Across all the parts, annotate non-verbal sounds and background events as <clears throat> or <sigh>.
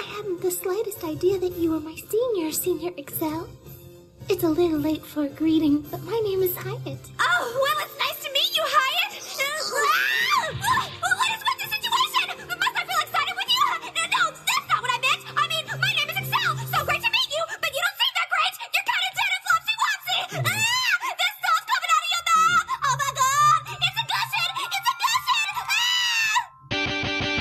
hadn't the slightest idea that you were my senior, Senior Excel. It's a little late for a greeting, but my name is Hyatt. Oh, well, it's nice to meet you, Hyatt. Uh, Ah! Well, what is with the situation? Must I feel excited with you? No, no, that's not what I meant. I mean, my name is Excel. So great to meet you, but you don't seem that great. You're kind of dead and flopsy wopsy. Ah! There's stuff coming out of your mouth. Oh my God! It's a gushin! It's a gushin! Ah!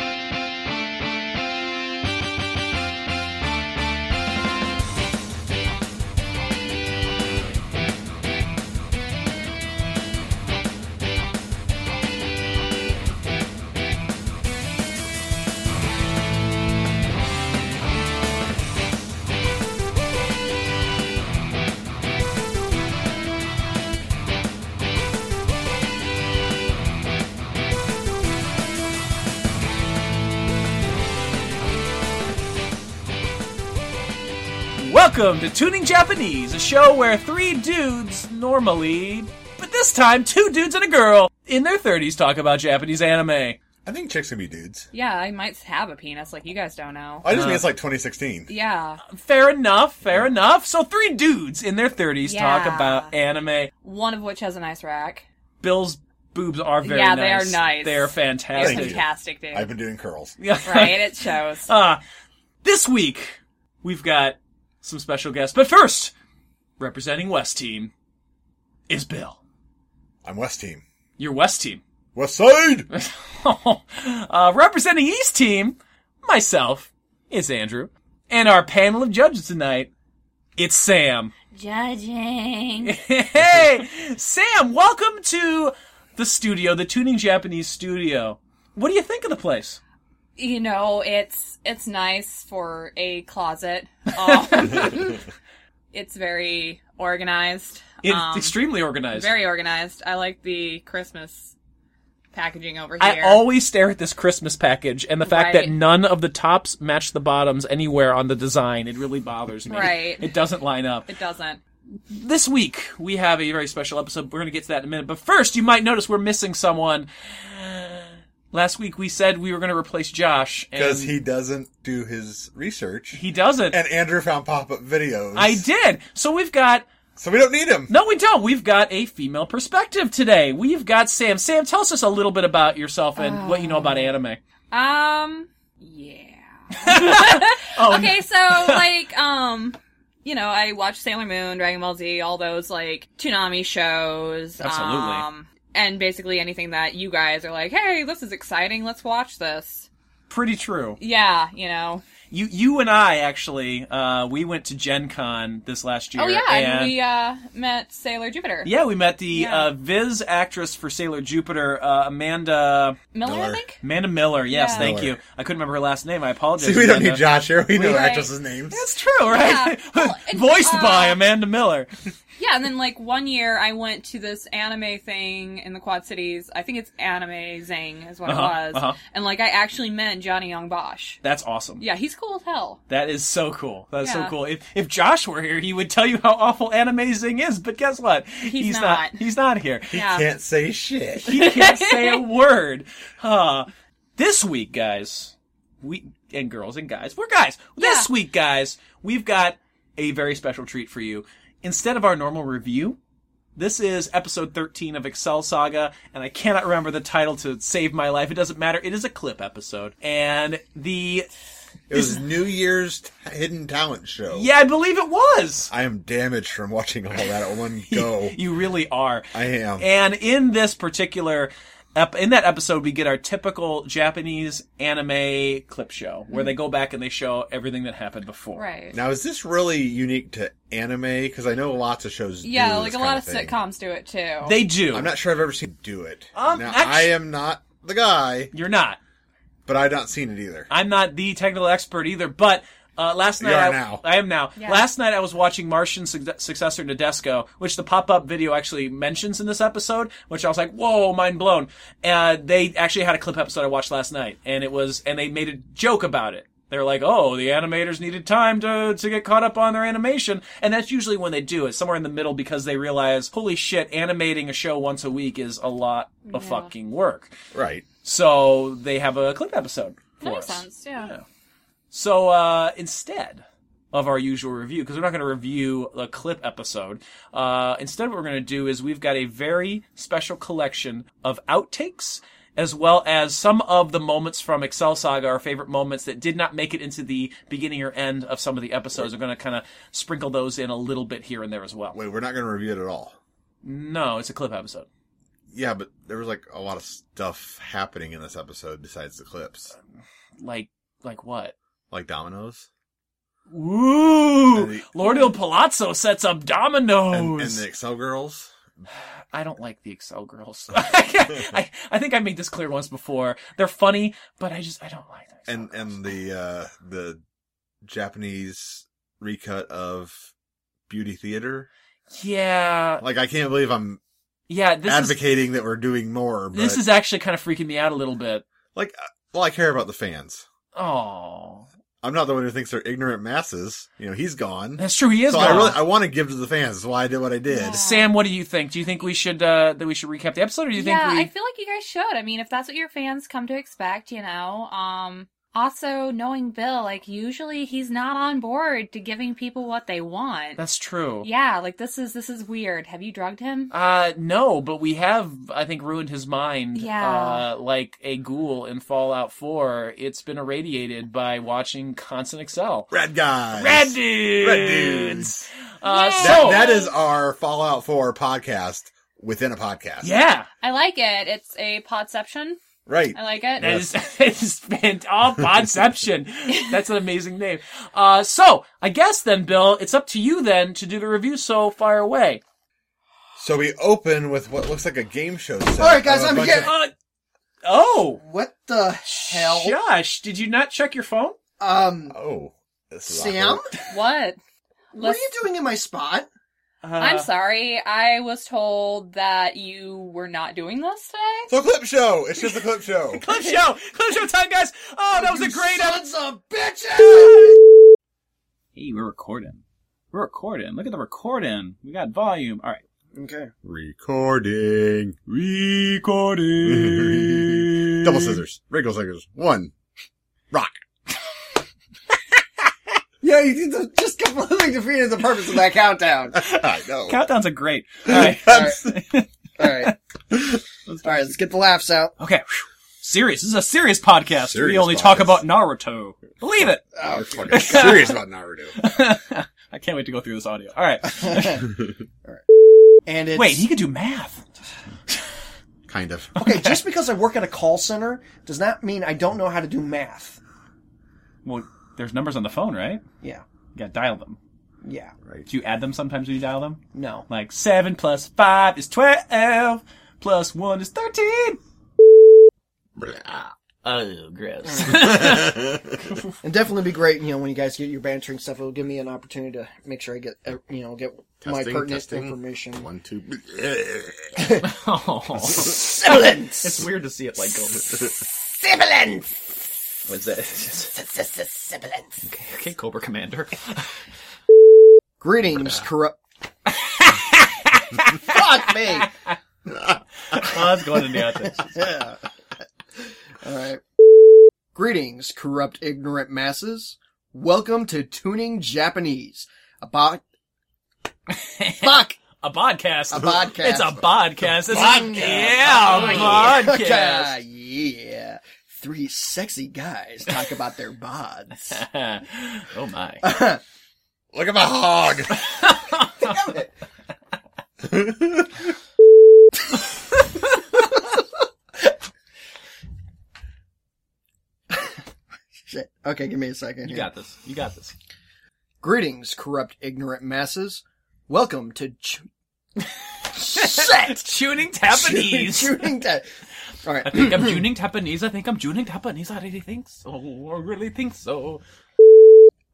Welcome to Tuning Japanese, a show where three dudes normally, but this time two dudes and a girl in their 30s talk about Japanese anime. I think chicks can be dudes. Yeah, I might have a penis, like you guys don't know. I just mean it's like 2016. Yeah. Fair enough, fair enough. So three dudes in their 30s talk Yeah. about anime. One of which has an ice rack. Bill's boobs are very Yeah, nice. they are nice. They are They're fantastic. Thank you. fantastic, dude. I've been doing curls. <laughs> Right? <laughs> It shows. Uh, this week, we've got some special guests. But first, representing West Team is Bill. I'm West Team. Your West Team. West Side! <laughs> uh, representing East Team, myself, it's Andrew. And our panel of judges tonight, it's Sam. <laughs> Judging. Hey, Sam, welcome to the studio, the Tuning Japanese studio. What do you think of the place? You know, it's it's nice for a closet. <laughs> Um, it's very organized. It's Um, extremely organized. Very organized. I like the Christmas packaging over I here. always stare at this Christmas package and the fact Right. that none of the tops match the bottoms anywhere on the design. It really bothers me. Right. It doesn't line up. it doesn't. this week we have a very special episode. We're going to get to that in a minute. But first, you might notice we're missing someone. Last week we said we were going to replace Josh Because and he doesn't do his research. he doesn't. and Andrew found pop up videos. I did. So we've got So we don't need him. no, we don't. We've got a female perspective today. We've got Sam. Sam, tell us a little bit about yourself and what you know Oh. about anime. Um yeah. Oh, Okay, so <laughs> like, um, you know, I watch Sailor Moon, Dragon Ball Z, all those like Toonami shows. Absolutely. Um, and basically anything that you guys are like, hey, this is exciting, let's watch this. pretty true. Yeah, you know. You, you and I actually, uh, we went to Gen Con this last year. Oh yeah, and, and we uh met Sailor Jupiter. yeah, we met the Yeah. uh, Viz actress for Sailor Jupiter, uh, Amanda. Miller, Miller. I think? Amanda Miller, yes, Yeah. thank Miller. you. I couldn't remember her last name. I apologize. See, we don't Amanda. need Josh here. We know Right. actresses' names. That's true, right? <laughs> Yeah. Well, and, Voiced uh, by Amanda Miller. Yeah, and then like one year I went to this anime thing in the Quad Cities. I think it's Anime Zing is what Uh-huh, it was. uh-huh. And like I actually met Johnny Young Bosch. That's awesome. Yeah, he's cool as hell. That is so cool. That's so Yeah. cool. If if Josh were here, he would tell you how awful anime zing is. But guess what? He's, not. He's not here. Yeah. Can't say shit. He can't say a word. Huh. This week, guys, we and girls and guys, we're guys. This Yeah. week, guys, we've got a very special treat for you. Instead of our normal review, this is episode 13 of Excel Saga, and I cannot remember the title to save my life. It doesn't matter. It is a clip episode. And the, It was New Year's t- hidden talent show. yeah, I believe it was. I am damaged from watching all that at <laughs> one go. You really are. I am. And in this particular ep- in that episode, we get our typical Japanese anime clip show where they go back and they show everything that happened before. Right. now, is this really unique to anime? Because I know lots of shows. do Yeah, like this a kind lot of thing. sitcoms do it too. They do. I'm not sure I've ever seen do it. Um, now, actu- I am not the guy, You're not. but I've not seen it either. I'm not the technical expert either, but uh, last You night are I, now. I am now. Yeah. Last night I was watching Martian Suc- Successor to Desco, which the pop-up video actually mentions in this episode, which I was like, "Whoa, mind blown!" Uh, they actually had a clip episode I watched last night, and it was, and they made a joke about it. they were like, "Oh, the animators needed time to to get caught up on their animation," and that's usually when they do it, somewhere in the middle, because they realize, "Holy shit, animating a show once a week is a lot of fucking work." Right. So they have a clip episode for That makes us. sense, yeah. So uh, instead of our usual review, because we're not going to review the clip episode, uh, instead what we're going to do is we've got a very special collection of outtakes. As well as some of the moments from Excel Saga, our favorite moments that did not make it into the beginning or end of some of the episodes. We're going to kind of sprinkle those in a little bit here and there as well. Wait, we're not going to review it at all. No, it's a clip episode. Yeah, but there was like a lot of stuff happening in this episode besides the clips, Like, like what? like dominoes Ooh, And the- Lord Il Palazzo sets up dominoes. and, and the Excel girls. I don't like the Excel girls. <laughs> I, I think I made this clear once before. They're funny, but I just I don't like them. and and the uh the Japanese recut of Beauty Theater. yeah, Like I can't believe I'm yeah. This is advocating that we're doing more, but this is actually kind of freaking me out a little bit. like uh, well I care about the fans. Oh, I'm not the one who thinks they're ignorant masses. You know, he's gone. that's true. He is. so I gone. really I want to give to the fans. That's why I did what I did. Yeah. Sam, what do you think? Do you think we should uh that we should recap the episode, or do you yeah, I think we? feel like you guys should. I mean, if that's what your fans come to expect, you know. Um also knowing Bill, like usually he's not on board to giving people what they want. that's true. yeah, like this is this is weird. Have you drugged him? Uh, no, but we have, I think, ruined his mind. Yeah. Uh, like a ghoul in Fallout 4, it's been irradiated by watching constant Excel. Red guys. Red dudes! Red dudes. Uh, Yay! so, That, that is our Fallout 4 podcast within a podcast. yeah. I like it. It's a podception. Right. I like it. That is, <laughs> it is fant- oh, Podception. That's an amazing name. Uh, so, I guess then, Bill, it's up to you then to do the review, so fire away. So we open with what looks like a game show set. All right, guys, of a I'm bunch here. of- Uh, oh! What the hell? Josh, did you not check your phone? Um, Oh. This is Sam, awkward. What? what are you doing in my spot? Uh, <laughs> I'm sorry. I was told that you were not doing this today. So clip show. It's just a clip show. <laughs> Clip show! Clip show time, guys! Oh, that was You a great episode! sons of bitches! Hey, we're recording. We're recording. Look at the recording. We got volume. All right. Okay. Recording. Recording. Double scissors. Regular scissors. One. <laughs> Rock. Yeah, you did the, just completely defeated the purpose of <laughs> that countdown. I know. <laughs> Countdowns are great. All right. All right. All right. All right, let's get the laughs out. Okay. Whew. Serious. This is a serious podcast. we Serious only talk podcast. about Naruto. Believe it. Oh, We're fucking serious <laughs> about Naruto. I can't wait to go through this audio. All right. and it's, Wait, he could do math. Kind of. okay, just because I work at a call center does not mean I don't know how to do math. Well, there's numbers on the phone, right? Yeah. You gotta dial them. Yeah. Do you add them sometimes when you dial them? No. Like 7 plus 5 is 12, plus 1 is 13. Oh, gross. And definitely be great, you know, when you guys get your bantering stuff, it'll give me an opportunity to make sure I get, uh, you know, get my Testing, pertinent testing. information. One, two. <laughs> Sibilance! It's weird to see it like go. Sibilance! What's that? Sibilance! okay, Cobra Commander. Greetings, corrupt. Fuck me! Let's go into the outtakes. Yeah. Alright. Greetings, corrupt, ignorant masses. Welcome to Tuning Japanese. A bo- Fuck! a podcast. A podcast. It's a podcast. This is- Podcast. Oh, yeah, a podcast. Yeah, yeah. Three sexy guys talk about their bods. <laughs> <laughs> oh my. Look at my hog. Damn it. Shit. Okay, give me a second. You here. got this. You got this. Greetings, corrupt, ignorant masses. Welcome to ch- shit. Tuning <laughs> Japanese. Shooting that. All right. I <clears throat> think I'm tuning Japanese. I think I'm tuning Japanese. I really think so. I really think so.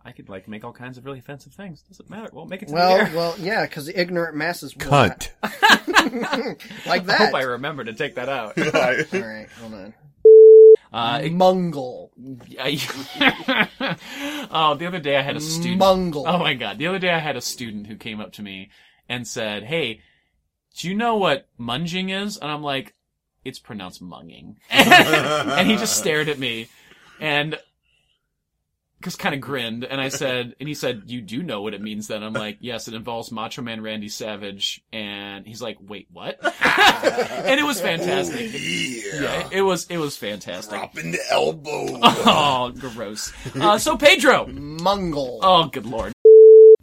I could like make all kinds of really offensive things. Doesn't matter. Well, make it to the Well, air. well, yeah, because the ignorant masses. will Cunt. not- <laughs> <laughs> like I that. hope I remember to take that out. All right, hold on. Uh, <laughs> it- Mungle. I- <laughs> oh, the other day I Mm, had a student. Mungle. Oh my god! The other day I had a student who came up to me and said, "Hey, do you know what munging is?" And I'm like, "It's <laughs> pronounced munging," and he just stared at me, and just kind of grinned, and I said, and he said, "You do know what it means." Then I'm like, "Yes, it involves Macho Man Randy Savage," and he's like, "Wait, what?" <laughs> and it was fantastic. <laughs> yeah. Yeah, it was it was fantastic. Dropping the elbow. Oh, gross. Uh, so Pedro. Mungle. Oh, good lord.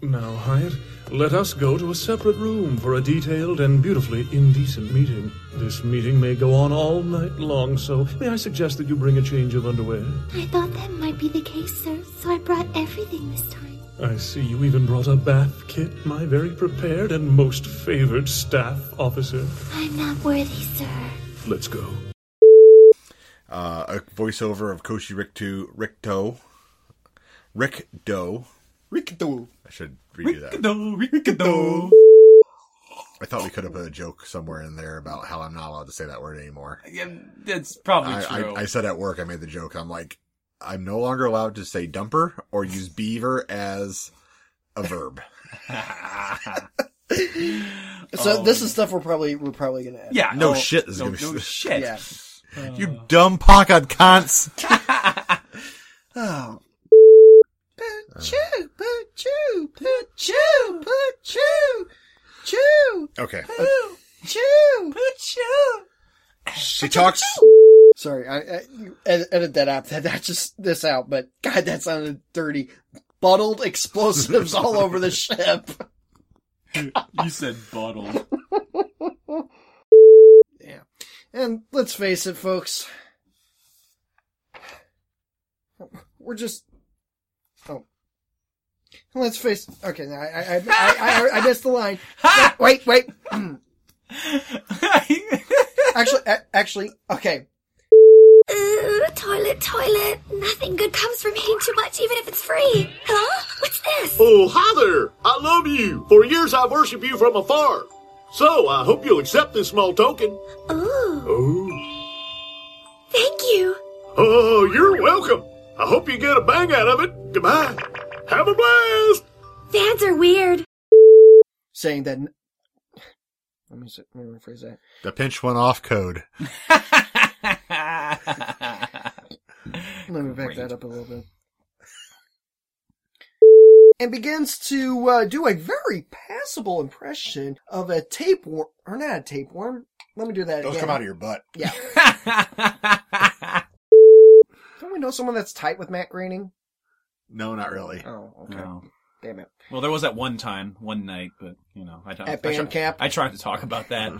Now, Hyatt, let us go to a separate room for a detailed and beautifully indecent meeting. This meeting may go on all night long, so may I suggest that you bring a change of underwear? I thought that might be the case, sir, so I brought everything this time. I see you even brought a bath kit, my very prepared and most favored staff officer. I'm not worthy, sir. Let's go. Uh, a voiceover of Koshi Ricto, Ricto, Rick Doe. Rikito. I should redo that. I thought we could have put a joke somewhere in there about how I'm not allowed to say that word anymore. That's probably I, true. I, I said at work, I made the joke. I'm like, I'm no longer allowed to say dumper or use beaver as a verb. So this is stuff we're probably we're probably gonna add. yeah. No oh, shit is no, gonna be. no shit. Yeah. you dumb pocket cunts. Oh. Poo-choo, poo-choo, poo-choo, poo-choo, choo, Okay. poo-choo, poo-choo. She talks. Sorry, I, I you edit, edit that out. <laughs> That, that just this out, but God, that sounded dirty. Bottled explosives all over the ship. <laughs> You said bottle. <laughs> Yeah, and let's face it, folks. We're just. Oh. Let's face. Okay, now I I I, I, I, I missed <laughs> the line. Wait, wait. wait. actually, a- actually, okay. Ooh, toilet, toilet. Nothing good comes from eating too much, even if it's free. Huh? What's this? Oh, hi there! I love you! For years I worship you from afar. So, I hope you'll accept this small token. Ooh, Oh. thank you. Oh, you're welcome! I hope you get a bang out of it. Goodbye. Have a blast! Fans are weird. Saying that. <sighs> Let me, say- let me rephrase that. The pinch went off code. Let me back that up a little bit. And begins to uh, do a very passable impression of a tapeworm, or not a tapeworm. Let me do Oh, that Those again. come out of your butt. Yeah. Don't we know someone that's tight with Matt Groening? No, not really. Oh, okay. No. Damn it. Well, there was that one time, one night, but you know, I don't. At I band try- camp. I tried to talk about <laughs> that.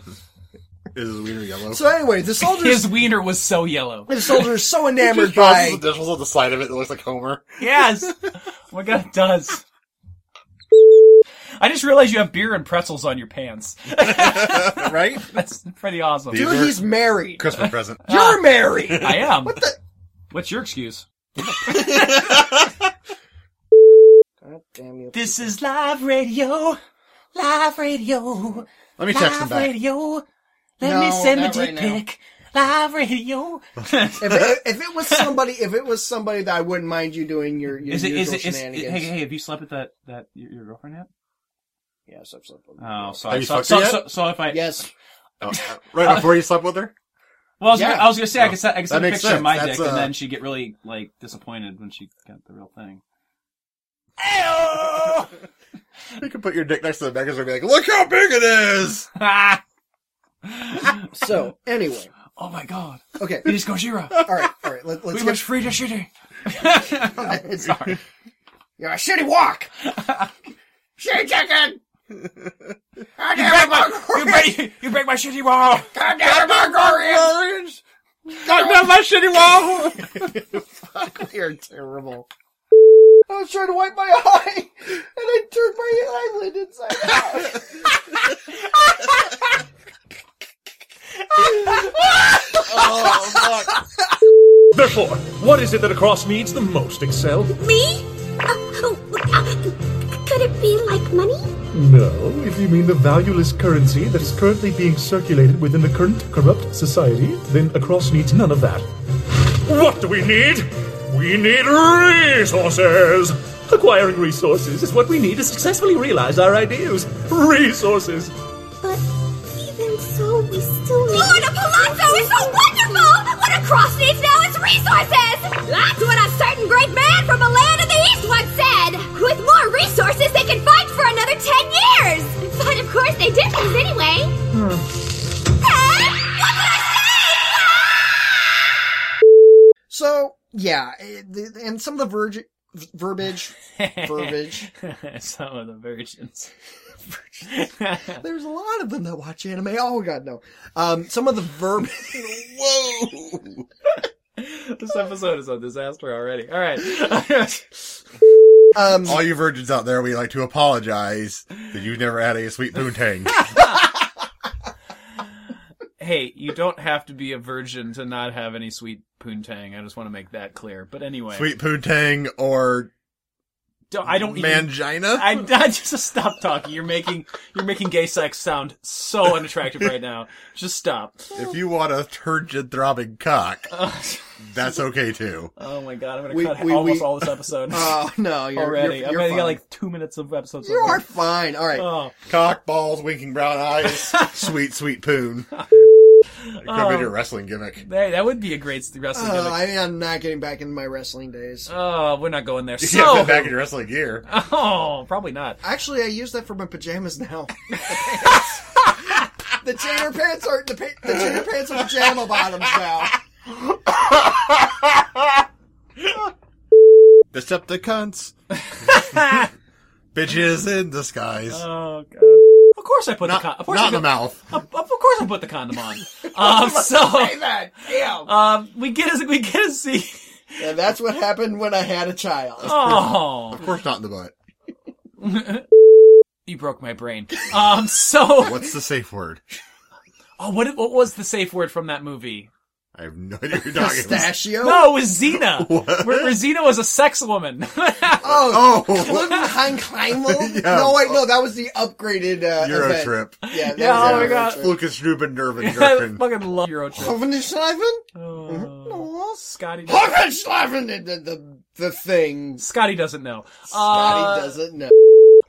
This is weird yellow. So anyway, <laughs> the soldiers, His wiener was so yellow. the soldiers <laughs> so enamored by This was on the side of it that looks like Homer. Yes. oh my god, it does. I just realized you have beer and pretzels on your pants. <laughs> right? That's pretty awesome. Dude. dude. He's married. Christmas <laughs> present. You're <laughs> married. I am. What the? What's your excuse? God damn you. This is live radio. Live radio. Let me text him back. radio. Let me No, send a not dick right now. pic. Live radio. <laughs> If it, if it was somebody, if it was somebody that I wouldn't mind you doing your, your Is it? Is it? Is, usual it- shenanigans. hey, hey, have you slept with that that your, your girlfriend yet? Yes, I've slept with him. Oh, Have sorry. you So, fucked so, her yet? so, so if I Yes. Oh, right before you slept with her? well, I was, Yeah. gonna, I was gonna say I could set, I could Oh. send a That makes picture of sense. my That's, dick, uh, and then she'd get really like disappointed when she got the real thing. You can put your dick next to the magazine and be like, look how big it is! Ah! So anyway, <laughs> Oh my god! okay. <laughs> It is <laughs> Gojira. All right, all right. Let, let's We get went <laughs> free to shitty. Sorry. You're a shitty <laughs> walk. shitty chicken. God damn You break, you break my shitty <laughs> wall. God damn it, Orange! Knock down my shitty wall! <laughs> You're terrible. I was trying to wipe my eye, and I turned my eyelid inside <laughs> out. oh, fuck. Therefore, what is it that a cross needs the most, Excel? Me? Uh, oh, uh, could it be like money? No, if you mean the valueless currency that is currently being circulated within the current corrupt society, then a cross needs none of that. What do we need? We need resources! Acquiring resources is what we need to successfully realize our ideas. Resources! But even so, we still need. Luna Palazzo is so wonderful! What a cross needs now is resources! That's what a certain great man from a land of the east once said! With more resources, they can fight for another ten years! But of course, they did these anyway. Eh? Huh? What did I So yeah, it- the- and some of the verge, verbiage, <laughs> verbiage. Some of the <laughs> virgins. There's a lot of them that watch anime. Oh god, no. Um, some of the <laughs> verb. Whoa. This episode is a disaster already. All right. Um, All you virgins out there, we like to apologize that you've never had a sweet <laughs> boontang. <laughs> Hey, you don't have to be a virgin to not have any sweet poontang. I just want to make that clear. But anyway, sweet boontang or Don't- I don't even. mangina? I, I just stop talking. You're making you're making gay sex sound so unattractive right now. Just stop. if you want a turgid throbbing <laughs> cock, that's okay too. Oh my god, I'm gonna We- cut we- almost we- all this episode <laughs> Oh no, you're already. You're, I'm you're gonna fine. get like two minutes of episodes. you are fine. All right. Oh, Cock, balls, winking <laughs> brown eyes, sweet, sweet poon. It could Oh. be your wrestling gimmick. that, that would be a great wrestling. Uh, gimmick. I mean, I'm not getting back into my wrestling days. Oh, we're not going there. You can't So, fit back in your wrestling gear. <laughs> oh, probably not. Actually, I use that for my <laughs> pajamas now. the trainer pants are the, pa- the trainer pants are pajama bottoms now. <laughs> Decepticons. Bitches in disguise. Oh god. Of course I put not the con- of course not I in the put- mouth. Of, of course I put the condom <laughs> on. um, <laughs> so that. Damn. um, we get a, we get a see. And that's what happened when I had a child. Oh, Of course not in the butt. you broke my brain. Um, so What's the safe word? oh, what what was the safe word from that movie? I have no idea what you're talking about. Pistachio. No, it was <laughs> Xena. Where, where Xena was a sex woman. <laughs> Oh, Oh, Glutenheim Kleinwell? Yeah. No, wait, no, that was the upgraded uh, Euro event. trip. Yeah, that Yeah, was oh my Euro God. Trip. Lucas Ruben <laughs> Nervin I Gherkin. fucking love Euro <laughs> Trip. Hoffenschleifen? Oh, No. Scotty, Hoffenschleifen! The, the, the, the thing. Scotty doesn't know. Scotty Uh, doesn't know.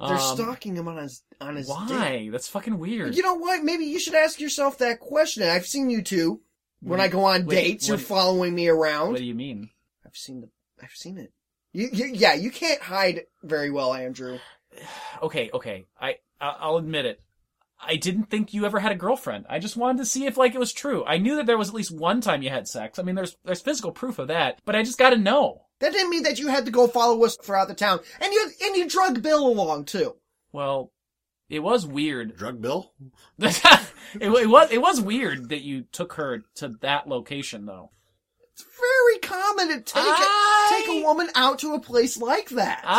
They're um, stalking him on his on his dick. Why? That's fucking weird. You know what? Maybe you should ask yourself that question. I've seen you two. When I go on Mm. Wait, dates, you're what- following me around. What do you mean? I've seen the. I've seen it. You, you, yeah, you can't hide very well, Andrew. okay, okay. I I- I'll admit it. I didn't think you ever had a girlfriend. I just wanted to see if like it was true. I knew that there was at least one time you had sex. I mean, there's there's physical proof of that, but I just got to know. That didn't mean that you had to go follow us throughout the town, and you and you drug Bill along too. Well, it was weird. <laughs> Drug bill? it, wa- it was it was weird that you took her to that location though. It's very common to take I- a, take a woman out to a place like that. I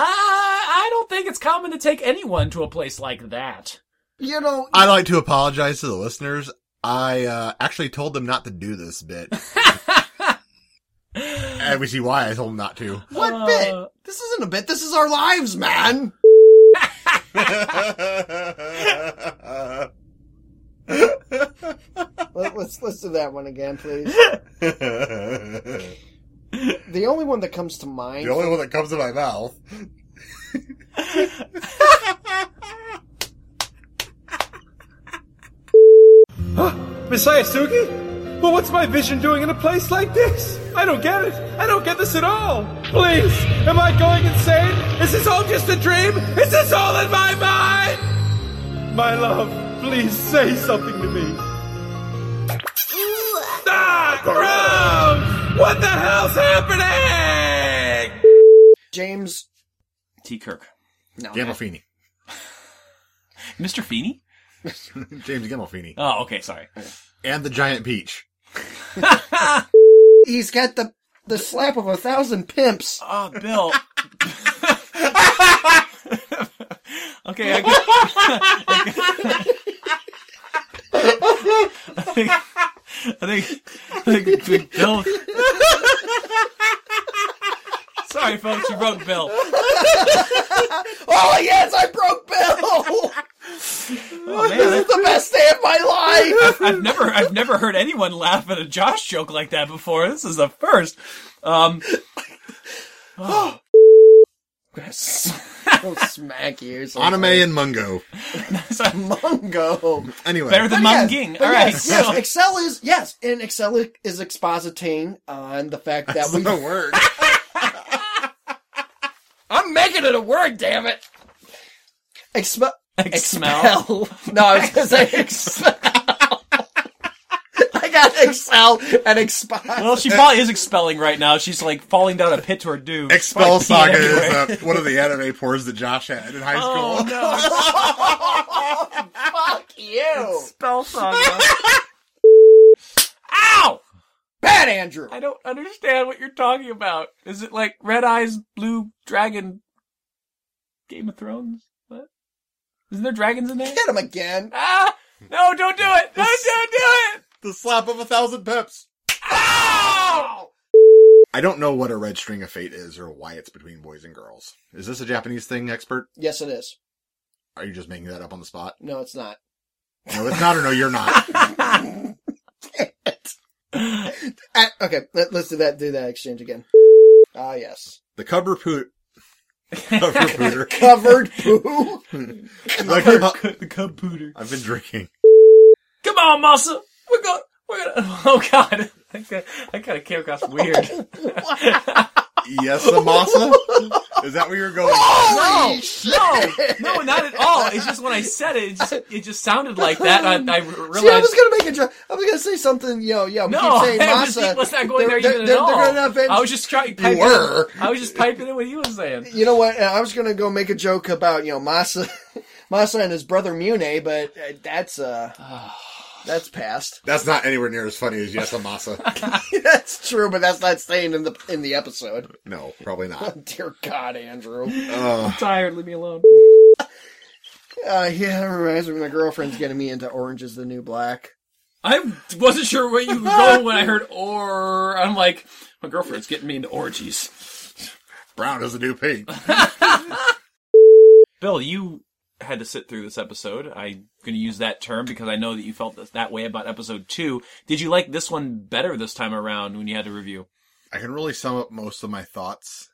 I don't think it's common to take anyone to a place like that. you know, I'd like to apologize to the listeners. I uh, actually told them not to do this bit. and we see why I told them not to. what Uh, bit? This isn't a bit. This is our lives, man. Let, let's let's do that one again, please. the The only one that comes to mind. only one that comes to my mouth. Messiah Suki? Well, what's my vision doing in a place like this? I don't get it. I don't get this at all. Please, am I going insane? Is this all just a dream? Is this all in my mind? My love, please say something to me. Ah, gross! What the hell's happening? James. T. Kirk. No. Gandolfini. Mr. Feeney? James Gandolfini. Oh, okay, sorry. And the giant peach. He's got the the slap of a thousand pimps. Oh, <laughs> Bill. Okay, I got I think, I think Big Bill. Sorry, folks, you broke Bill. Oh yes, I <laughs> broke Bill. Oh man, this is the best day of my life. I've never, I've never heard anyone laugh at a Josh joke like that before. This is the <gasps> first. Um, oh. Yes. <laughs> We'll smack you. sometime. Anime and Mungo. Mungo. Anyway. <laughs> But yes, Munging. but All right, Yes, yes, so- Excel is yes, and Excel i- is expositing on the fact that we not a word. I'm making it a word, damn it. Expe- expel. No, I was gonna say expel. <laughs> I got Excel and expel. Well, she probably is expelling right now. She's like falling down a pit to her doom. Expel She's probably Saga peeing is everywhere. uh, one of the anime porns that Josh had in high school. Fuck you. Spell saga. <laughs> Ow! Bad Andrew. I don't understand what you're talking about. Is it like red eyes, blue dragon, Game of Thrones? What? Isn't there dragons in there? <laughs> Hit him again. Ah! No, don't do it! No, don't do it! The slap of a thousand pips. Ow! I don't know what a red string of fate is or why it's between boys and girls. Is this a Japanese thing, expert? Yes, it is. Are you just making that up on the spot? No, it's not. No, it's not, or no, you're not. Uh, okay, let, let's do that. Do that exchange again. Ah, yes. The cover poot. Cover pooter. Covered <laughs> poo. The cub- The cub pooter. I've been drinking. Come on, Massa! We're going, we're gonna, <laughs> oh god. That guy- that kind of came across <laughs> weird. Yes, Amasa? Is that where you're going? Holy No, shit! no, not at all. It's just when I said it, it just, it just sounded like that. and I, I realized. See, I was gonna make a joke. I was gonna say something. Yo, yo. We no, keep <laughs> saying I was, masa. was not going They're- there even they're- they're at all. gonna offend- I was just trying. piping- were. I was just piping in what he was <laughs> saying. You know what? I was gonna go make a joke about you know Masa, <laughs> Masa and his brother Mune, but uh, that's <sighs> uh, that's <laughs> past. That's not anywhere near as funny as Yes, Amasa. that's true, but that's not staying in the in the episode. <laughs> Oh, No, probably not. Dear God, Andrew. Uh, tired. Leave me alone. Uh, yeah, it reminds me. My girlfriend's getting me into Orange Is the New Black. I wasn't sure where you were going when I heard or. I'm like, my girlfriend's getting me into orgies. brown is the new pink. Bill, you had to sit through this episode. I'm going to use that term because I know that you felt this, that way about episode two. Did you like this one better this time around when you had to review? I can really sum up most of my thoughts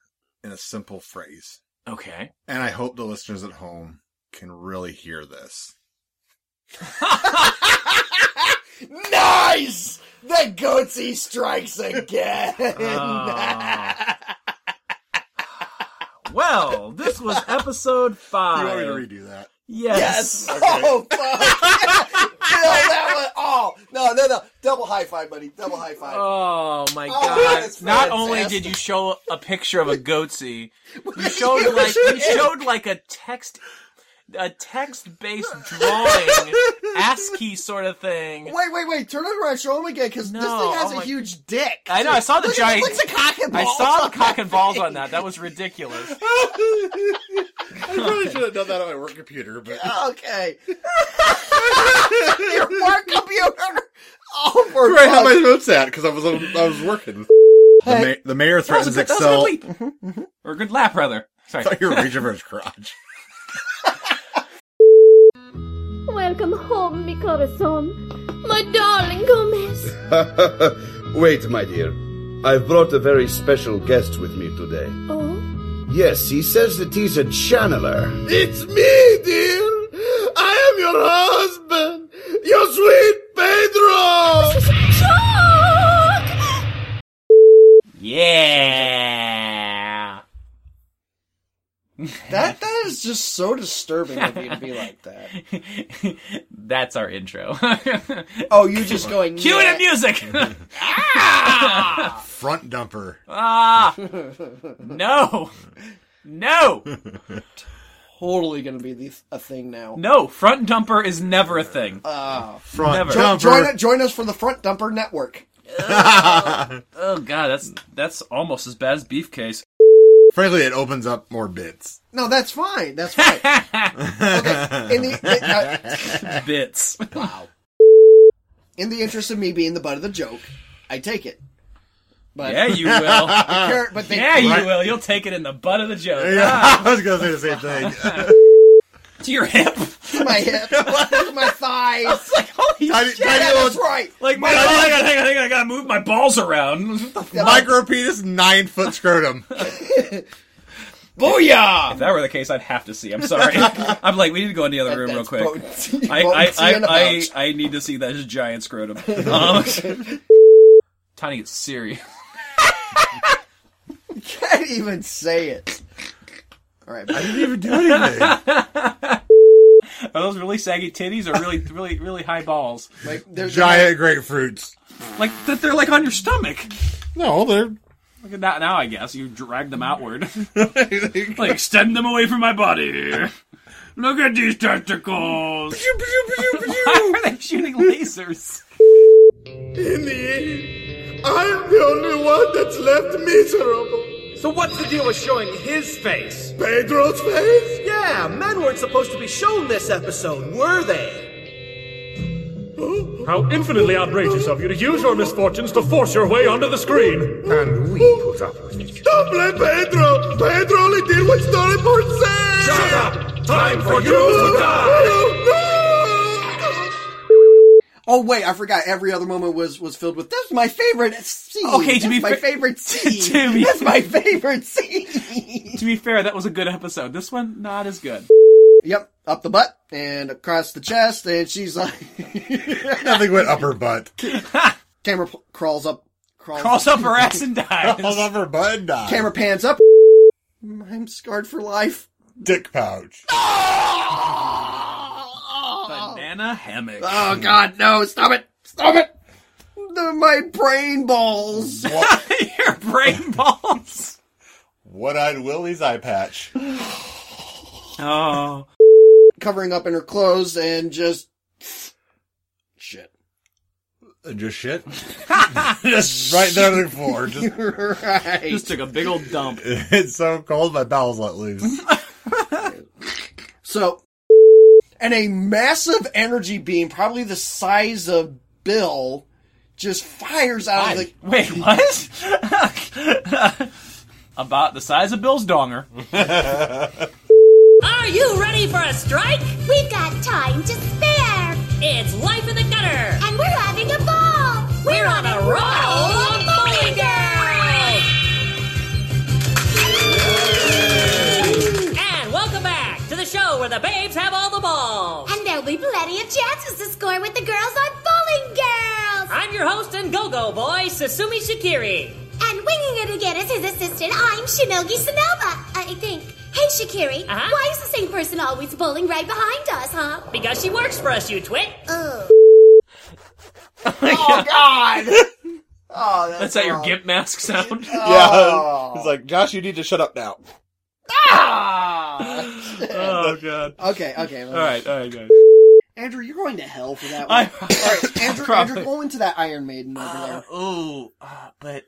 in a simple phrase. Okay. And I hope the listeners at home can really hear this. Nice! The goatsy strikes <laughs> again. Oh. Well, this <laughs> was episode You want me five. to redo that? yes. Oh fuck! <laughs> Kill that one. Oh no, no, no! Double high five, buddy. Double high five. Oh my Oh, god! that's Not fantastic. only did you show a picture of a <laughs> goatsey, you showed like you showed like a text, a text-based drawing, ASCII sort of thing. Wait, wait, wait! Turn it around, show him again, because this No, thing has oh a my- huge dick. I know. I saw the Look at- giant. Look at the cock and I balls saw on the cock and that balls thing. on that. That was ridiculous. I probably should have done that on my work computer, but <laughs> <laughs> Okay. Your work computer. Oh, for where I had fuck's my notes at because I was I was working. The, ma- the mayor That was a good, threatens that was a Excel. good <laughs> leap, <laughs> or a good laugh rather. Sorry. I thought you were reaching for his crotch. Welcome home, mi corazón. My darling Gomez. <laughs> Wait, my dear. I've brought a very special guest with me today. Oh, Yes, he says that he's a channeler. It's me, dear. I am your husband, your sweet Pedro. Yeah. That that is just so disturbing of you to be <laughs> like that. That's our intro. Oh, you just going. Cue yeah. the music. Front dumper. ah, no, no, Totally going to be the, a thing now. no. Front dumper is never a thing. Oh. Front Never. Join, join, dumper. join us for the Front Dumper Network. Oh god, that's that's almost as bad as beef case. Frankly, it opens up more bits. No, that's <laughs> fine. That's fine. okay. In the, uh, Bits. in the interest of me being the butt of the joke, I take it. But Yeah, you will. Karen- but they, Yeah, you Right. will. You'll take it in the butt of the joke. Yeah, <laughs> I was gonna say the same thing. Ah, to your hip. my <laughs> hip, my thighs. like, holy Tiny, <laughs> Yeah, tiny that's little right. Like my, hang on, hang on, hang on, hang on, I gotta move my balls around. <laughs> micro penis, nine foot scrotum. Booyah! If that were the case, I'd have to see. I'm sorry. I'm like, we need to go in the other room real quick. <laughs> I, I, potency in a I, I, I need to see that giant scrotum. <laughs> Um, <laughs> Tiny gets serious. <laughs> can't even say it. All right, I didn't even do Are <laughs> those really saggy titties or really, really, really high balls? Like Giant grapefruits. like that they're like on your stomach. No, they're Look at that now. I guess you drag them <laughs> outward, like extend them away from my body. Look at these testicles. <laughs> Why are they shooting lasers? In the end, I am the only one that's left miserable. So what's the deal with showing his face? Pedro's face? Yeah, men weren't supposed to be shown this episode, were they? How infinitely outrageous of you to use your misfortunes to force your way onto the screen! And we put up with it. Don't blame Pedro! Pedro only did what storyboard said! Shut up! Time for you to Oh wait, I forgot. Every other moment was was filled with. That's my favorite scene. Okay, to That's be my fair- favorite scene. to be- <laughs> That's my favorite scene. <laughs> to be fair, that was a good episode. This one not as good. Yep, up the butt and across the chest, and she's like, <laughs> nothing went up her <laughs> butt. camera pl- crawls up, crawls, Crawls up <laughs> her <laughs> ass and dies. Crawls up her butt and dies. Camera pans up. <laughs> I'm scarred for life. dick pouch. Banana hammock. Oh God, no! Stop it! Stop it! The- my brain <laughs> <laughs> balls. Your brain balls. One-eyed Willie's eye <laughs> patch. <laughs> oh. Covering up in her clothes and just shit. <laughs> Just shit. just right there on the floor. <laughs> Just, right. Just took a big old dump. <laughs> it's so cold, my bowels let <laughs> loose. So, and a massive energy beam, probably the size of Bill, just fires out of <laughs> the. Wait, what? About the size of Bill's donger. Are you ready for a strike? We've got time to spare. It's life in the gutter. And we're having a ball. We're, on, a roll of bowling girls. And welcome back to the show where the babes have all the balls. And there'll be plenty of chances to score with the girls on bowling girls. I'm your host and go-go boy, Susumi Shikiri. And winging it again is his assistant. I'm Shinogi Sonoba, I think. Hey, Shakiri, why is the same person always bowling right behind us, huh? Because she works for us, you twit. Ugh. Oh God! Oh, That's how your gimp mask <laughs> sound. Yeah, it's like Josh. You need to shut up now. Ah. <laughs> Oh god. Okay, okay. All right, all right, guys. Andrew, you're going to hell for that one. I- <laughs> All right, Andrew, Probably. Andrew, go into that Iron Maiden over there. Oh, uh, but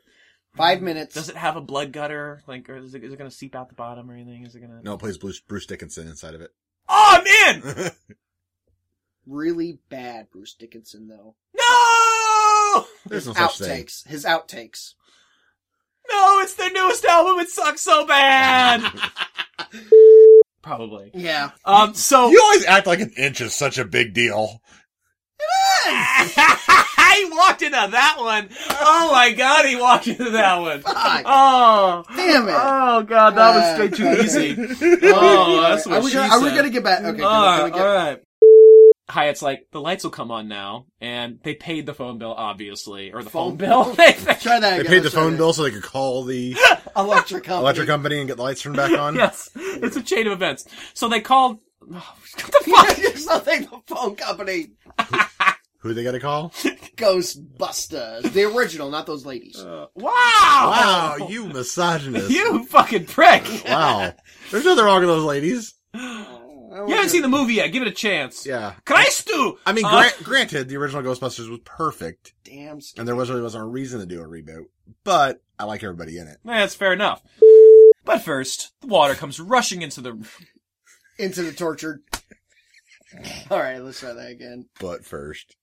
five minutes. Does it have a blood gutter? Like, or is it, is it going to seep out the bottom or anything? Is it going to? No, it plays Bruce, Bruce Dickinson inside of it. Oh, I'm in. Really bad, Bruce Dickinson, though. No! <laughs> There's no such thing. outtakes. His outtakes. No, it's their newest album. It sucks so <laughs> bad. Probably. Yeah. Um. So you always act like an inch is such a big deal. <laughs> I walked into that one. Oh my god, he walked into that one. Oh, damn it. Uh, Oh god, that was straight too <laughs> easy. Oh, that's what Are we she gonna- are we said. gonna get back- okay, can we- All can right, we get- all right. Hyatt's like, the lights will come on now, and they paid the phone bill, obviously, or the phone, bill. <laughs> Try that. They paid again, the let's try phone that. bill so they could call the Electric company. electric company and get the lights turned back <laughs> on. yes, it's a chain of events. So they called. <laughs> <laughs> There's nothing. The phone company. Who they got <laughs> to call? Ghostbusters, the original, not those ladies. Uh, wow! Wow, you misogynist! you fucking prick! Wow, there's nothing wrong with those ladies. You haven't seen the movie yet. Give it a chance. Yeah, Christ, do. I mean, Uh, grant granted, the original Ghostbusters was perfect, Damn. and there was really wasn't a reason to do a reboot. But I like everybody in it. Yeah, That's fair enough. But first, the water comes rushing into the. Into the tortured. <laughs> All right, let's try that again. But first,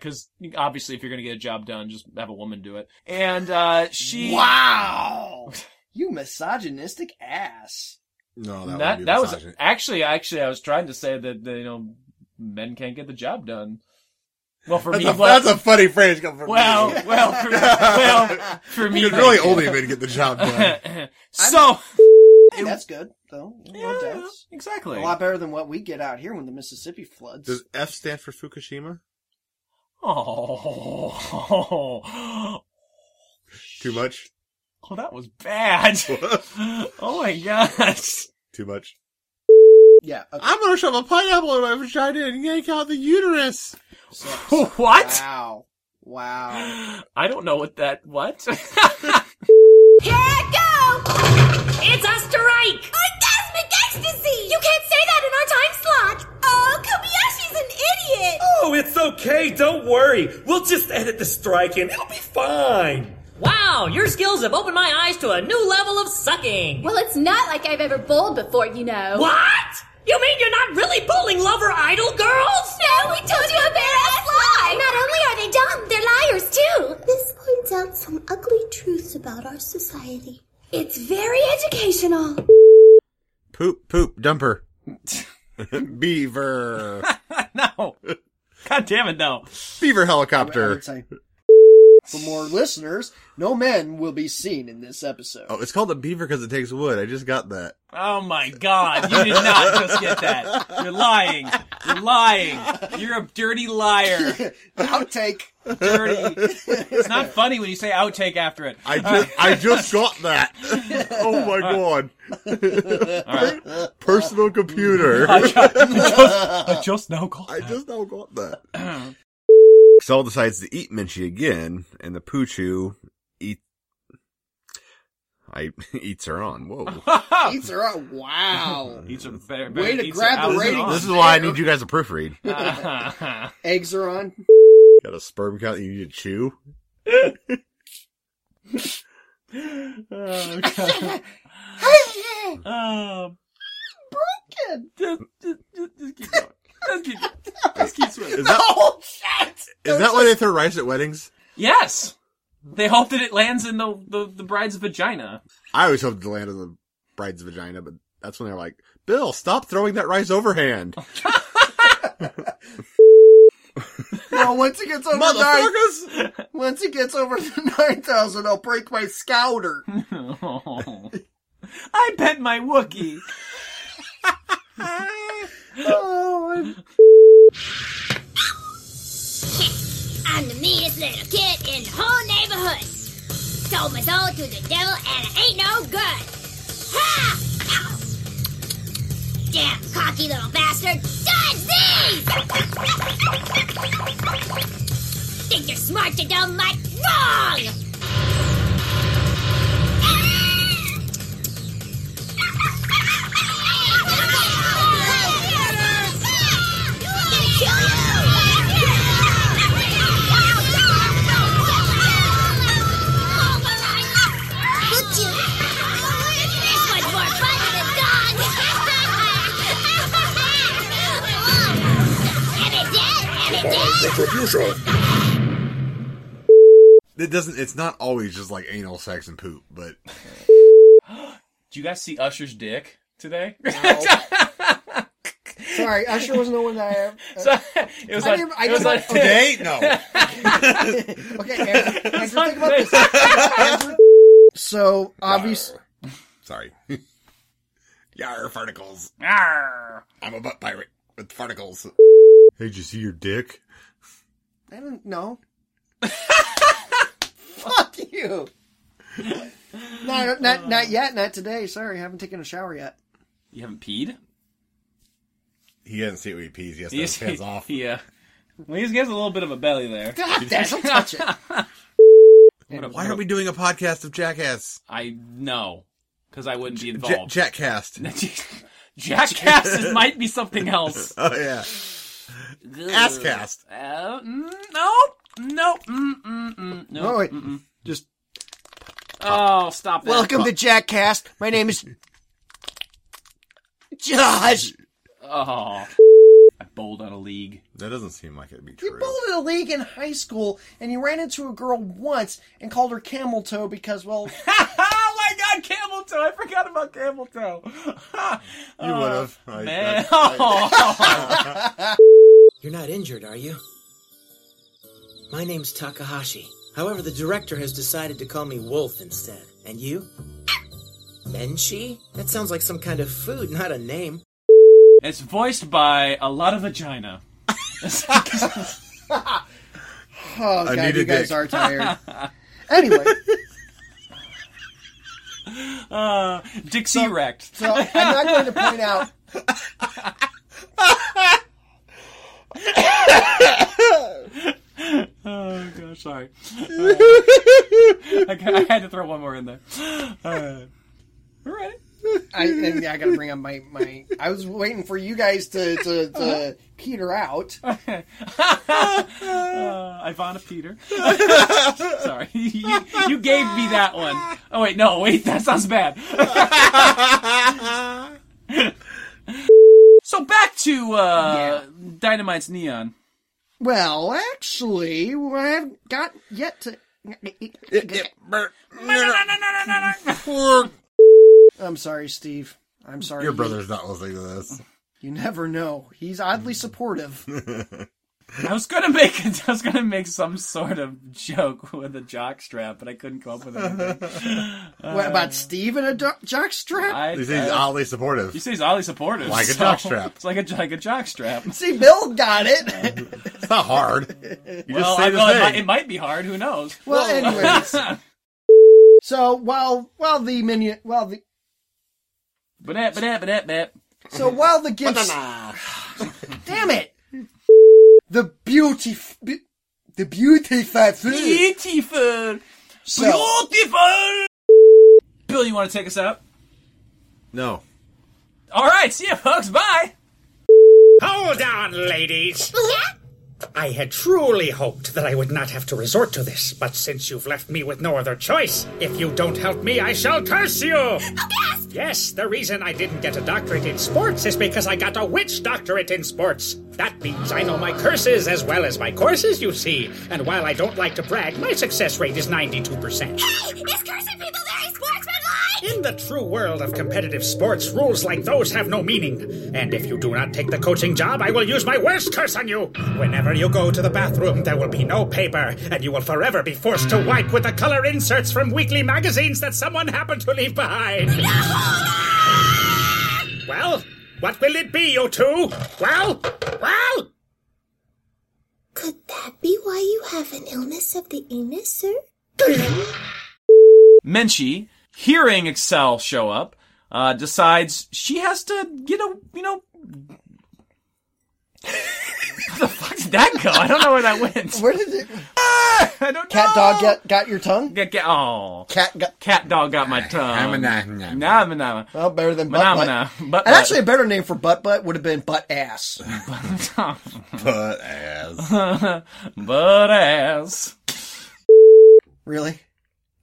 Because obviously, if you're going to get a job done, just have a woman do it. And uh, she. Wow. You misogynistic ass. No, that that, would be was misogynist. actually actually I was trying to say that, that you know men can't get the job done. Well, for That's me, a- well- that's a funny phrase coming from <laughs> well, <laughs> me. well, for, well, for me, Because really only men get the job <laughs> done. <laughs> so Hey, that's good though. <laughs> Yeah, exactly. A lot better than what we get out here when the Mississippi floods. Does F stand for Fukushima? Oh. Too much? <laughs> <laughs> Oh, that was bad. <laughs> oh my gosh. <laughs> Too much? Yeah. I'm gonna shove a pineapple in my vagina and yank out the uterus. What? Wow. Wow. I don't know what that, what? <laughs> Here I go! It's a strike! Orgasmic ecstasy! You can't say that in our time slot! Oh, Kobayashi's an idiot! Oh, it's okay. Don't worry. We'll just edit the strike and it'll be fine. Wow, your skills have opened my eyes to a new level of sucking. Well, it's not like I've ever bowled before, you know. What? You mean you're not really bowling lover idol girls? No, we told you a bare ass lie! Not only are they dumb, they're liars too! This points out some ugly truths about our society. It's very educational. Poop, poop, <laughs> dumper. Beaver. <laughs> no. God damn it, no. Beaver I helicopter. would say. For more listeners, no men will be seen in this episode. Oh, it's called a beaver because it takes wood. I just got that. Oh my god, you did not just get that. You're lying. You're lying. You're a dirty liar. Outtake. <laughs> Dirty. It's not funny when you say outtake after it. I <laughs> just, I just got that. Oh my god. Personal computer. I ju- Uh-huh. I just now got <laughs> I just now got that. Saul decides to eat Minchie again, and the Poochu eat. I <laughs> eats her on. <laughs> Whoa. Eats are out. <laughs> Wow. <clears throat> Eats are very, Way to grab the ratings. This is why I need you guys to proofread. Eggs are on. Got a sperm count you need to <laughs> chew. Oh, God. <laughs> Um, broken. Just, just, just, just keep going. Just keep, just keep swimming. Is that- oh, shit! Is that why they throw rice at weddings? Yes. They hope that it lands in the, the, the bride's vagina. I always hoped to land on the bride's vagina, but that's when they're like, "Bill, stop throwing that rice overhand." Well, once it gets over nine, Motherfuckers! once it gets over <laughs> nine thousand, I'll break my scouter. <laughs> I bet my Wookie. oh, I'm I'm the meanest little kid in the whole neighborhood. Sold my soul to the devil and it ain't no good. Ha! Ow! Damn cocky little bastard. Dodge these! Think you're smart, you dumb mutt? Wrong! Ah! Retribution. <laughs> It doesn't. It's not always just like anal sex and poop, <laughs> but Do you guys see Usher's dick today? Sorry, Usher wasn't the one that I. <laughs> Uh, <laughs> it was I on- didn't- it was didn't- on- Today? No. okay, Andrew, It's Andrew on think about this. <laughs> Andrew- so obviously, sorry. Yar, farticles. I'm a butt pirate with farticles. Hey, did you see your dick? I don't know. <laughs> Fuck you. Not, not, not Uh. yet. Not today. Sorry, I haven't taken a shower yet. <laughs> You haven't peed? He doesn't see it when he pees. He has to You have his see- <laughs> pants off. Yeah. Well, he has a little bit of a belly there. God, Dash, don't touch <laughs> it. Why are we doing a podcast of Jackass? I know, because I wouldn't be J- involved. <laughs> Jackcast. Jackass is- might be something <laughs> else. Oh yeah. Asscast. Uh, mm, no, no, mm, mm, mm, no. No, wait. Just Oh, stop that. welcome to Jackcast. My name is Josh. Oh. I bowled on a league. <laughs> That doesn't seem like it'd be You bowled in a league in high school, and you ran into a girl once and called her Camel Toe because, well, oh my god, camel toe! I forgot about camel toe. you <laughs> would have. I- I- man. uh, You're not injured, are you? My name's Takahashi. However, the director has decided to call me Wolf instead. And you? Menshi? That sounds like some kind of food, not a name. It's voiced by a lot of vagina. Oh, I God, need you a guys dick. are tired. <laughs> anyway, Uh, Dixie wrecked. so I'm not going to point out. <laughs> oh gosh, sorry. Uh, I, ca- I had to throw one more in there. Uh, I, and I gotta bring up my, my. I was waiting for you guys to, to, to peter out. uh, Ivana Peter. <laughs> sorry, <laughs> you, you gave me that one. Oh wait, no, wait, that sounds bad. <laughs> so back to uh, Dynamite's Neon. Well, actually, I haven't got yet to. <laughs> I'm sorry, Steve. I'm sorry. Your He- brother's not listening to this. You never know. He's oddly supportive. I was gonna make <laughs> I was gonna make some sort of joke with a jock strap, but I couldn't come up with anything. what about Steve and a do- jockstrap? I- uh, He says he's oddly supportive. You say he's oddly supportive, Like a so- jockstrap. It's like a like a jock strap. <laughs> See, Bill got it. It's <laughs> not hard. You well, just say I- the well, it, thing. might, it might be hard. Who knows? <laughs> Well, anyways. so while while the minion while the Banat, banat, banat, banat. so while the gifts <sighs> damn it the beauty be- the beautiful beautiful so beautiful. Bill, you want to take us out? No. All right, see ya, folks. Bye. Hold on, ladies. I had truly hoped that I would not have to resort to this, but since you've left me with no other choice, if you don't help me, I shall curse you! Oh, yes! Yes, the reason I didn't get a doctorate in sports is because I got a witch doctorate in sports. That means I know my curses as well as my courses, you see. And while I don't like to brag, my success rate is 92%. Is cursing people very sportsmanlike? In the true world of competitive sports, rules like those have no meaning. And if you do not take the coaching job, I will use my worst curse on you. Whenever you go to the bathroom, there will be no paper, and you will forever be forced to wipe with the color inserts from weekly magazines that someone happened to leave behind. Well, what will it be, you two? Well, well. Could that be why you have an illness of the anus, sir? Menchie, hearing Excel show up, uh, decides she has to get a you know. <laughs> Where the fuck's that go? I don't know where that went. Where did it? I don't cat dog got got your tongue Get, get, oh. Cat got, cat dog got my tongue. I'm a nah, nah, nah, nah. well better than butt Nah, butt. nah, and butt butt. actually <laughs> a better name for butt butt would have been butt ass Butt <laughs> ass. Butt ass. really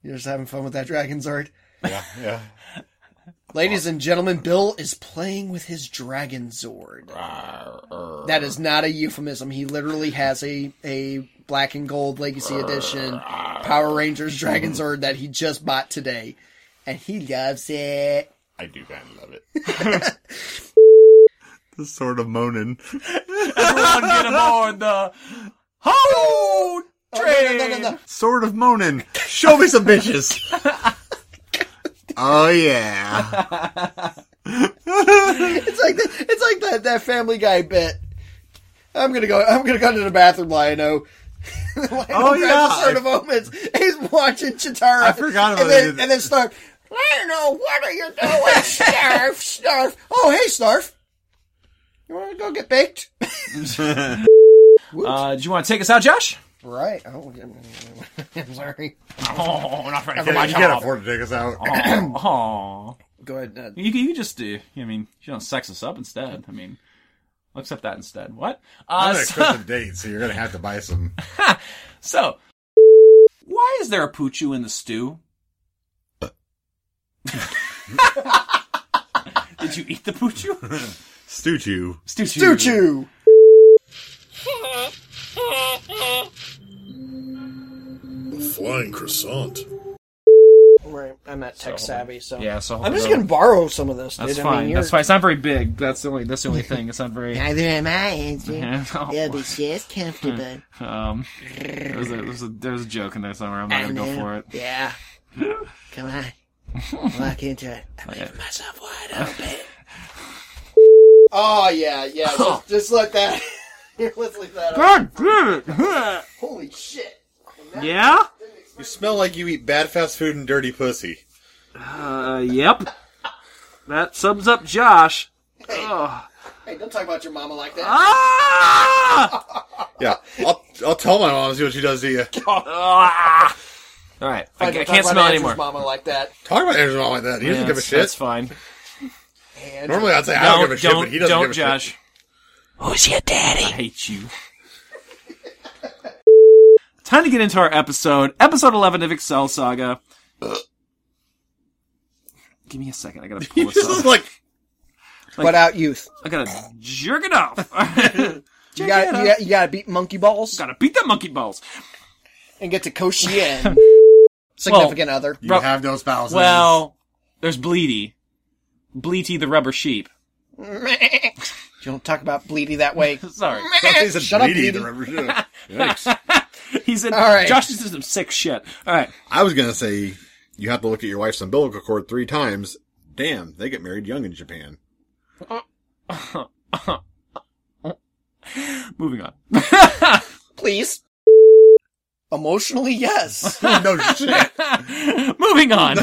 you're just having fun with that dragon zord Yeah, yeah. <laughs> Ladies and gentlemen, Bill is playing with his dragon zord. That is not a euphemism. He literally has a a black and gold legacy edition Power Rangers dragon zord that he just bought today, and he loves it. I do kind <laughs> of love it. This sort of moaning. Everyone get aboard the Oh, ho train. Sort of moaning. Show me <laughs> some bitches. oh yeah. it's like the, it's like that that Family Guy bit. I'm gonna go. I'm gonna go to the bathroom, Lionel. <laughs> Lionel Oh, grabs yeah. a sort of omens. He's watching Chitara. I forgot about and then, it. And then Snarf. Lionel, what are you doing, Snarf? Snarf. Oh, hey, Snarf. You want to go get baked? <laughs> uh, do you want to take us out, Josh? Right. Oh, <laughs> I'm sorry. Oh, not right. Never mind. to take us out. Oh, Go ahead. uh, You can- you can just do. I mean, you don't sex us up instead. I mean, I'll accept that instead. What? I'm Uh, gonna so, accept a date, so you're gonna have to buy some. <laughs> so, why is there a poochu in the stew? Uh. <laughs> Did you eat the <laughs> poochu? Stew chew. Stew Stew chew. Flying croissant. Right. I'm not tech savvy, so yeah, so I'm just no. gonna borrow some of this. That's dude. I mean, fine. you're- That's <laughs> fine. It's not very big. That's the only. That's the only thing. It's not very. Neither am I, Andrew. <laughs> Yeah, no. Oh, They'll be just <laughs> comfortable. Um, there's a, there's a there's a joke in there somewhere. I'm not gonna go know. for it. Yeah. Come on. <laughs> Walk into it. I'm leaving myself wide open. Oh yeah, <laughs> yeah. Just, just let that. <laughs> Here, let's leave that. God damn Holy shit! <laughs> Yeah? You smell like you eat bad fast food and dirty pussy. Uh, yep. That sums up Josh. Hey, don't talk about your mama like Uh, that. Ah! <laughs> Yeah, I'll, I'll tell my mom and see what she does to you. Ah! All right, Fine, don't talk about Andrew's Mama like that. Talk about Andrew's mom like that. He doesn't Yeah, give a that's- shit. that's fine. And Normally I'd say I don't give a shit, but he doesn't don't, give a shit. <laughs> Josh. Who's your daddy? I hate you. <laughs> Time to get into our episode, episode eleven of Excel Saga. Give me a second. <laughs> I gotta pull this up. What out uh, youth? I gotta jerk it off. <laughs> You got you got you got to beat monkey balls. Got to beat the monkey balls and get to <laughs> Koshien. Significant other. You have those bowels. <laughs> <laughs> Well, there's Bleedy, Bleety the rubber sheep. You don't talk about Bleedy that <laughs> way. Sorry. Shut up, Bleedy. <laughs> He's in. All right. Josh is in some sick shit. All right. I was gonna say you have to look at your wife's umbilical cord three times. Damn, they get married young in Japan. Moving on. <laughs> Please. <laughs> Emotionally, yes. <laughs> no shit. Moving <laughs> on.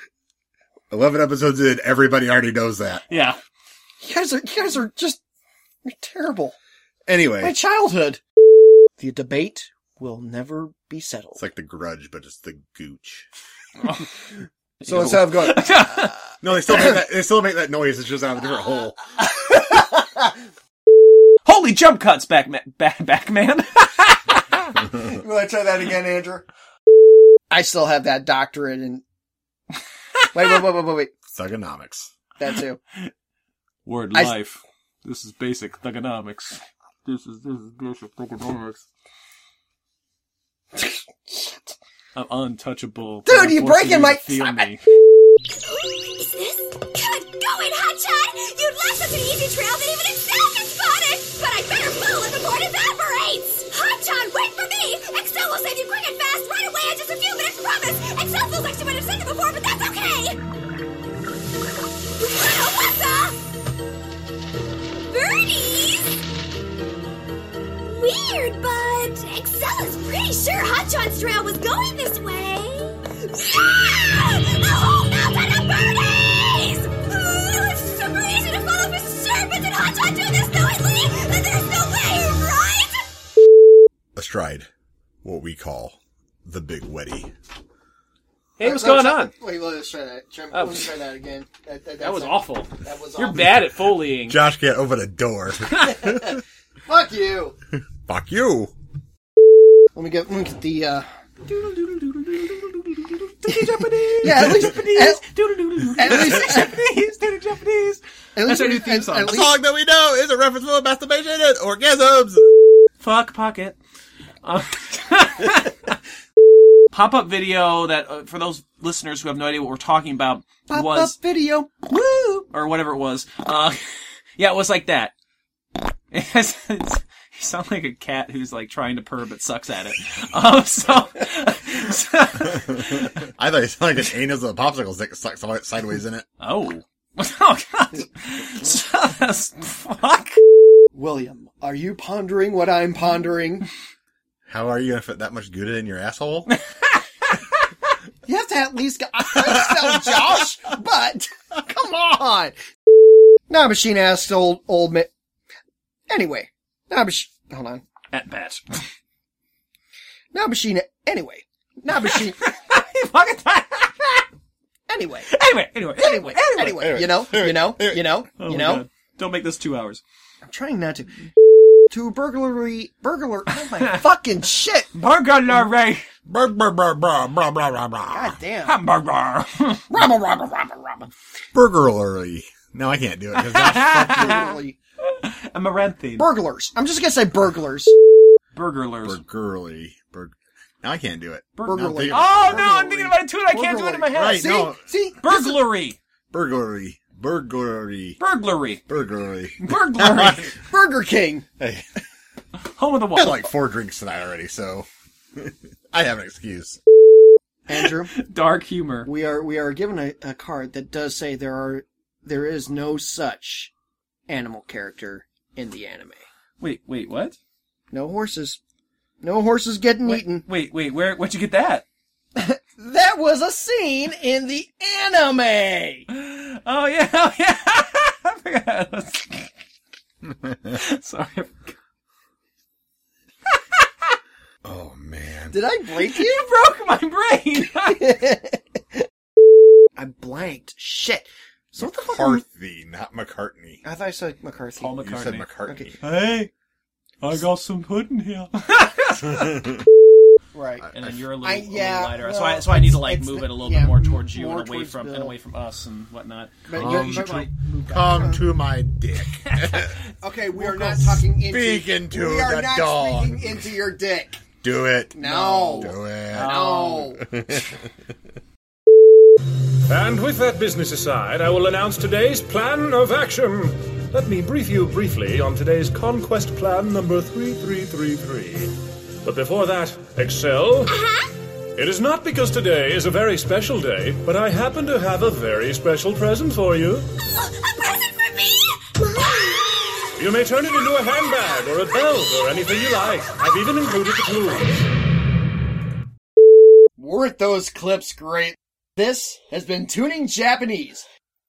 <laughs> Eleven episodes in, everybody already knows that. Yeah. You guys are you guys are just you're terrible. Anyway, My childhood. The debate will never be settled. it's like the grudge, but it's the gooch. So instead of going, <laughs> <laughs> no, they still make that, they still make that noise. It's just out of a different hole. Holy jump cuts, Backman. Back, Backman. you want to try that again, Andrew? I still have that <laughs> doctorate in. Wait, wait, wait, wait, wait, wait. Thugonomics. That too. Word I- life. This is basic thugonomics. This is this is basic thugonomics. I'm untouchable. Dude, They're you're forcing breaking to my- Feel me. Is this good going, Hotshot? You'd left us an easy trail that even itself is spotted! But I better pull if the board evaporates! Hotshot, wait for me! Excel will save you quick and fast right away in just a few minutes, promise! Excel feels like she might have sent it before, but that's okay! Wow, what the? Birdies! Weird, but Excel is pretty sure Hotshot's trail was going this way. Ah! Oh, no, not the birdies! Oh, it's super easy to follow for sure, but did Hotshot do this knowingly? There's no way, right? Astride, what we call the big weddy. Hey, what's going on? Wait, let's try that. Try, Oh. Let's try that again. That, That was that's- awful. That was You're awful. bad at foleying. Josh can't open a door. <laughs> Fuck you. Fuck you. Let me get let me get the. uh... yeah, <laughs> at least at, at least Japanese, Japanese. At least That's our new theme at- song. at The least- song that we know is a reference to masturbation and orgasms. <laughs> Fuck pocket. Uh, <laughs> Pop-up video that uh, for those listeners who have no idea what we're talking about pop was up video. Woo! or whatever it was. Uh, <laughs> yeah, it was like that. <laughs> It's- it's- you sound like a cat who's like trying to purr but sucks at it. <laughs> Um, so, <laughs> I thought it sounded like an anus with a popsicle stick stuck somewhat sideways in it. Oh. <laughs> oh god. So that's- fuck. William, are you pondering what I'm pondering? How are you gonna fit that much gouda in your asshole? <laughs> You have to at least go. I'm trying to sell Josh, but come on. Nah, machine asked old old man. Anyway, nah, machine. Hold on. At bat. <laughs> Nah, machine. Anyway, nah, <laughs> machine. anyway. <laughs> Anyway, anyway, anyway, anyway, you know, you know, you know, Oh you my know. God. Don't make this two hours. I'm trying <laughs> not to. To burglary, burglar. Oh <laughs> my fucking shit! Burglary. Brr, brr, brr, brr, brr, brr, brr, brr. God <laughs> damn. Hamburger. Rabba, rabba, rabba, rabba. Burglary. No, I can't do it because <laughs> Burglary. Amaranthine. Burglars. I'm just gonna say burglars. Burglars. Burglary. Bur- Now I can't do it. Now I'm Burglary. thinking- Oh no, I'm thinking about it too, and I can't do it in my head. Right, no. See, burglary. Burglary. Burglary. Burglary. Burglary. <laughs> Burglary. Burger King. Hey. Home of the <laughs> I had like four drinks tonight already, so <laughs> I have an excuse. Andrew. Dark humor. We are we are given a, a card that does say there are there is no such animal character in the anime. Wait, wait, what? No horses. No horses getting eaten. Wait, wait, where where'd you get that? That was a scene in the anime. Oh yeah, <laughs> oh yeah. <laughs> Sorry. Oh, Did I break you? you broke my brain. <laughs> <laughs> I blanked. Shit. So what the fuck? am- McCarthy, not McCartney. Uh, I thought I said McCarthy. Paul You said McCartney. Hey, I got some pudding here. right. And then you're a little, I- yeah, a little lighter. well, so I so I need to like it's- move it a little yeah, bit more towards you more and away towards from and Bill. away from us and whatnot. But Um, you're- you should but- try- Uh, Come Um, to my <laughs> dick. Okay, we are not talking into. Speak into we are the not dog. speaking into your dick. Do it. No. Do it. No. And with that business aside, I will announce today's plan of action. Let me brief you briefly on today's conquest plan number 3333. But before that, Excel. It is not because today is a very special day, but I happen to have a very special present for you. Oh, You may turn it into a handbag or a belt or anything you like. I've even included the clues. Weren't those clips great? This has been Tuning Japanese,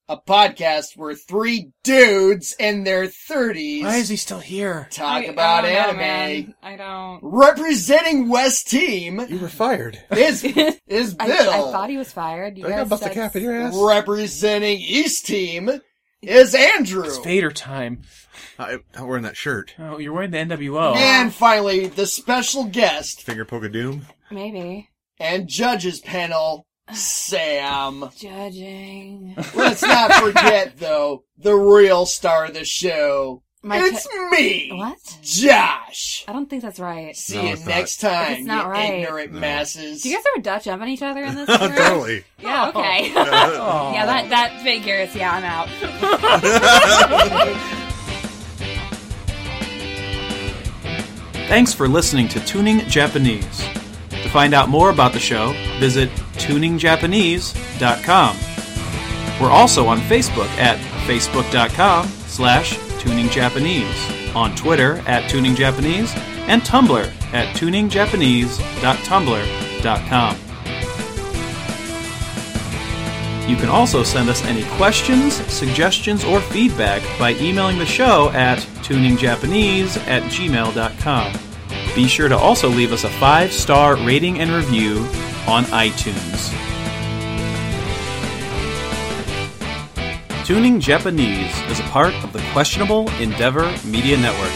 a podcast where three dudes in their 30s. Why is he still here? I- Talk I about don't know, anime. man. I don't. Representing West Team. You were fired. <laughs> Is, is Bill. I, I thought he was fired. You They got guys bust a said- cap in your ass. Representing East Team is Andrew. It's Vader time. I, I'm wearing that shirt. Oh, you're wearing the NWO. And finally, the special guest Finger poke <laughs> of doom. Maybe. and judges panel, Sam. Judging. Let's not forget, though, the real star of the show. My it's ca- me, What? Josh. I don't think that's right. See you next time, It's not you right. ignorant masses. Do you guys ever Dutch up on each other <laughs> in this? room? totally. <laughs> Yeah. Okay. Oh. yeah. That that figures. Yeah. I'm out. Thanks for listening to Tuning Japanese. To find out more about the show, visit tuningjapanese.com. We're also on Facebook at facebook.com slash tuningjapanese, on Twitter at tuningjapanese, and Tumblr at tuningjapanese.tumblr.com. You can also send us any questions, suggestions, or feedback by emailing the show at tuningjapanese at gmail.com. Be sure to also leave us a five star rating and review on iTunes. Tuning Japanese is a part of the Questionable Endeavor Media Network.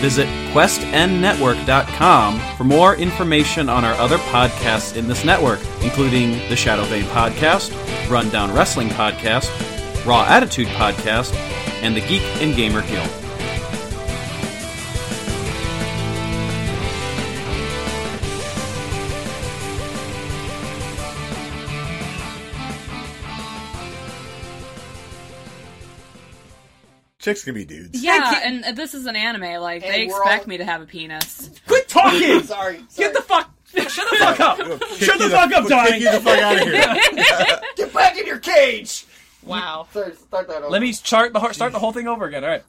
Visit questnnetwork.com for more information on our other podcasts in this network, including the Shadow Vein Podcast, Rundown Wrestling Podcast, Raw Attitude Podcast, and the Geek and Gamer Guild. <laughs> Chicks can be dudes. Yeah. And this is an anime. Like And they we're expect me to have a penis. Quit talking. sorry. Get the fuck. Shut the fuck up. Shut the fuck up, Donnie. Get the fuck out of here. Get back in your cage. Wow. Sorry, start that over. Let me start the, start the whole thing over again. All right.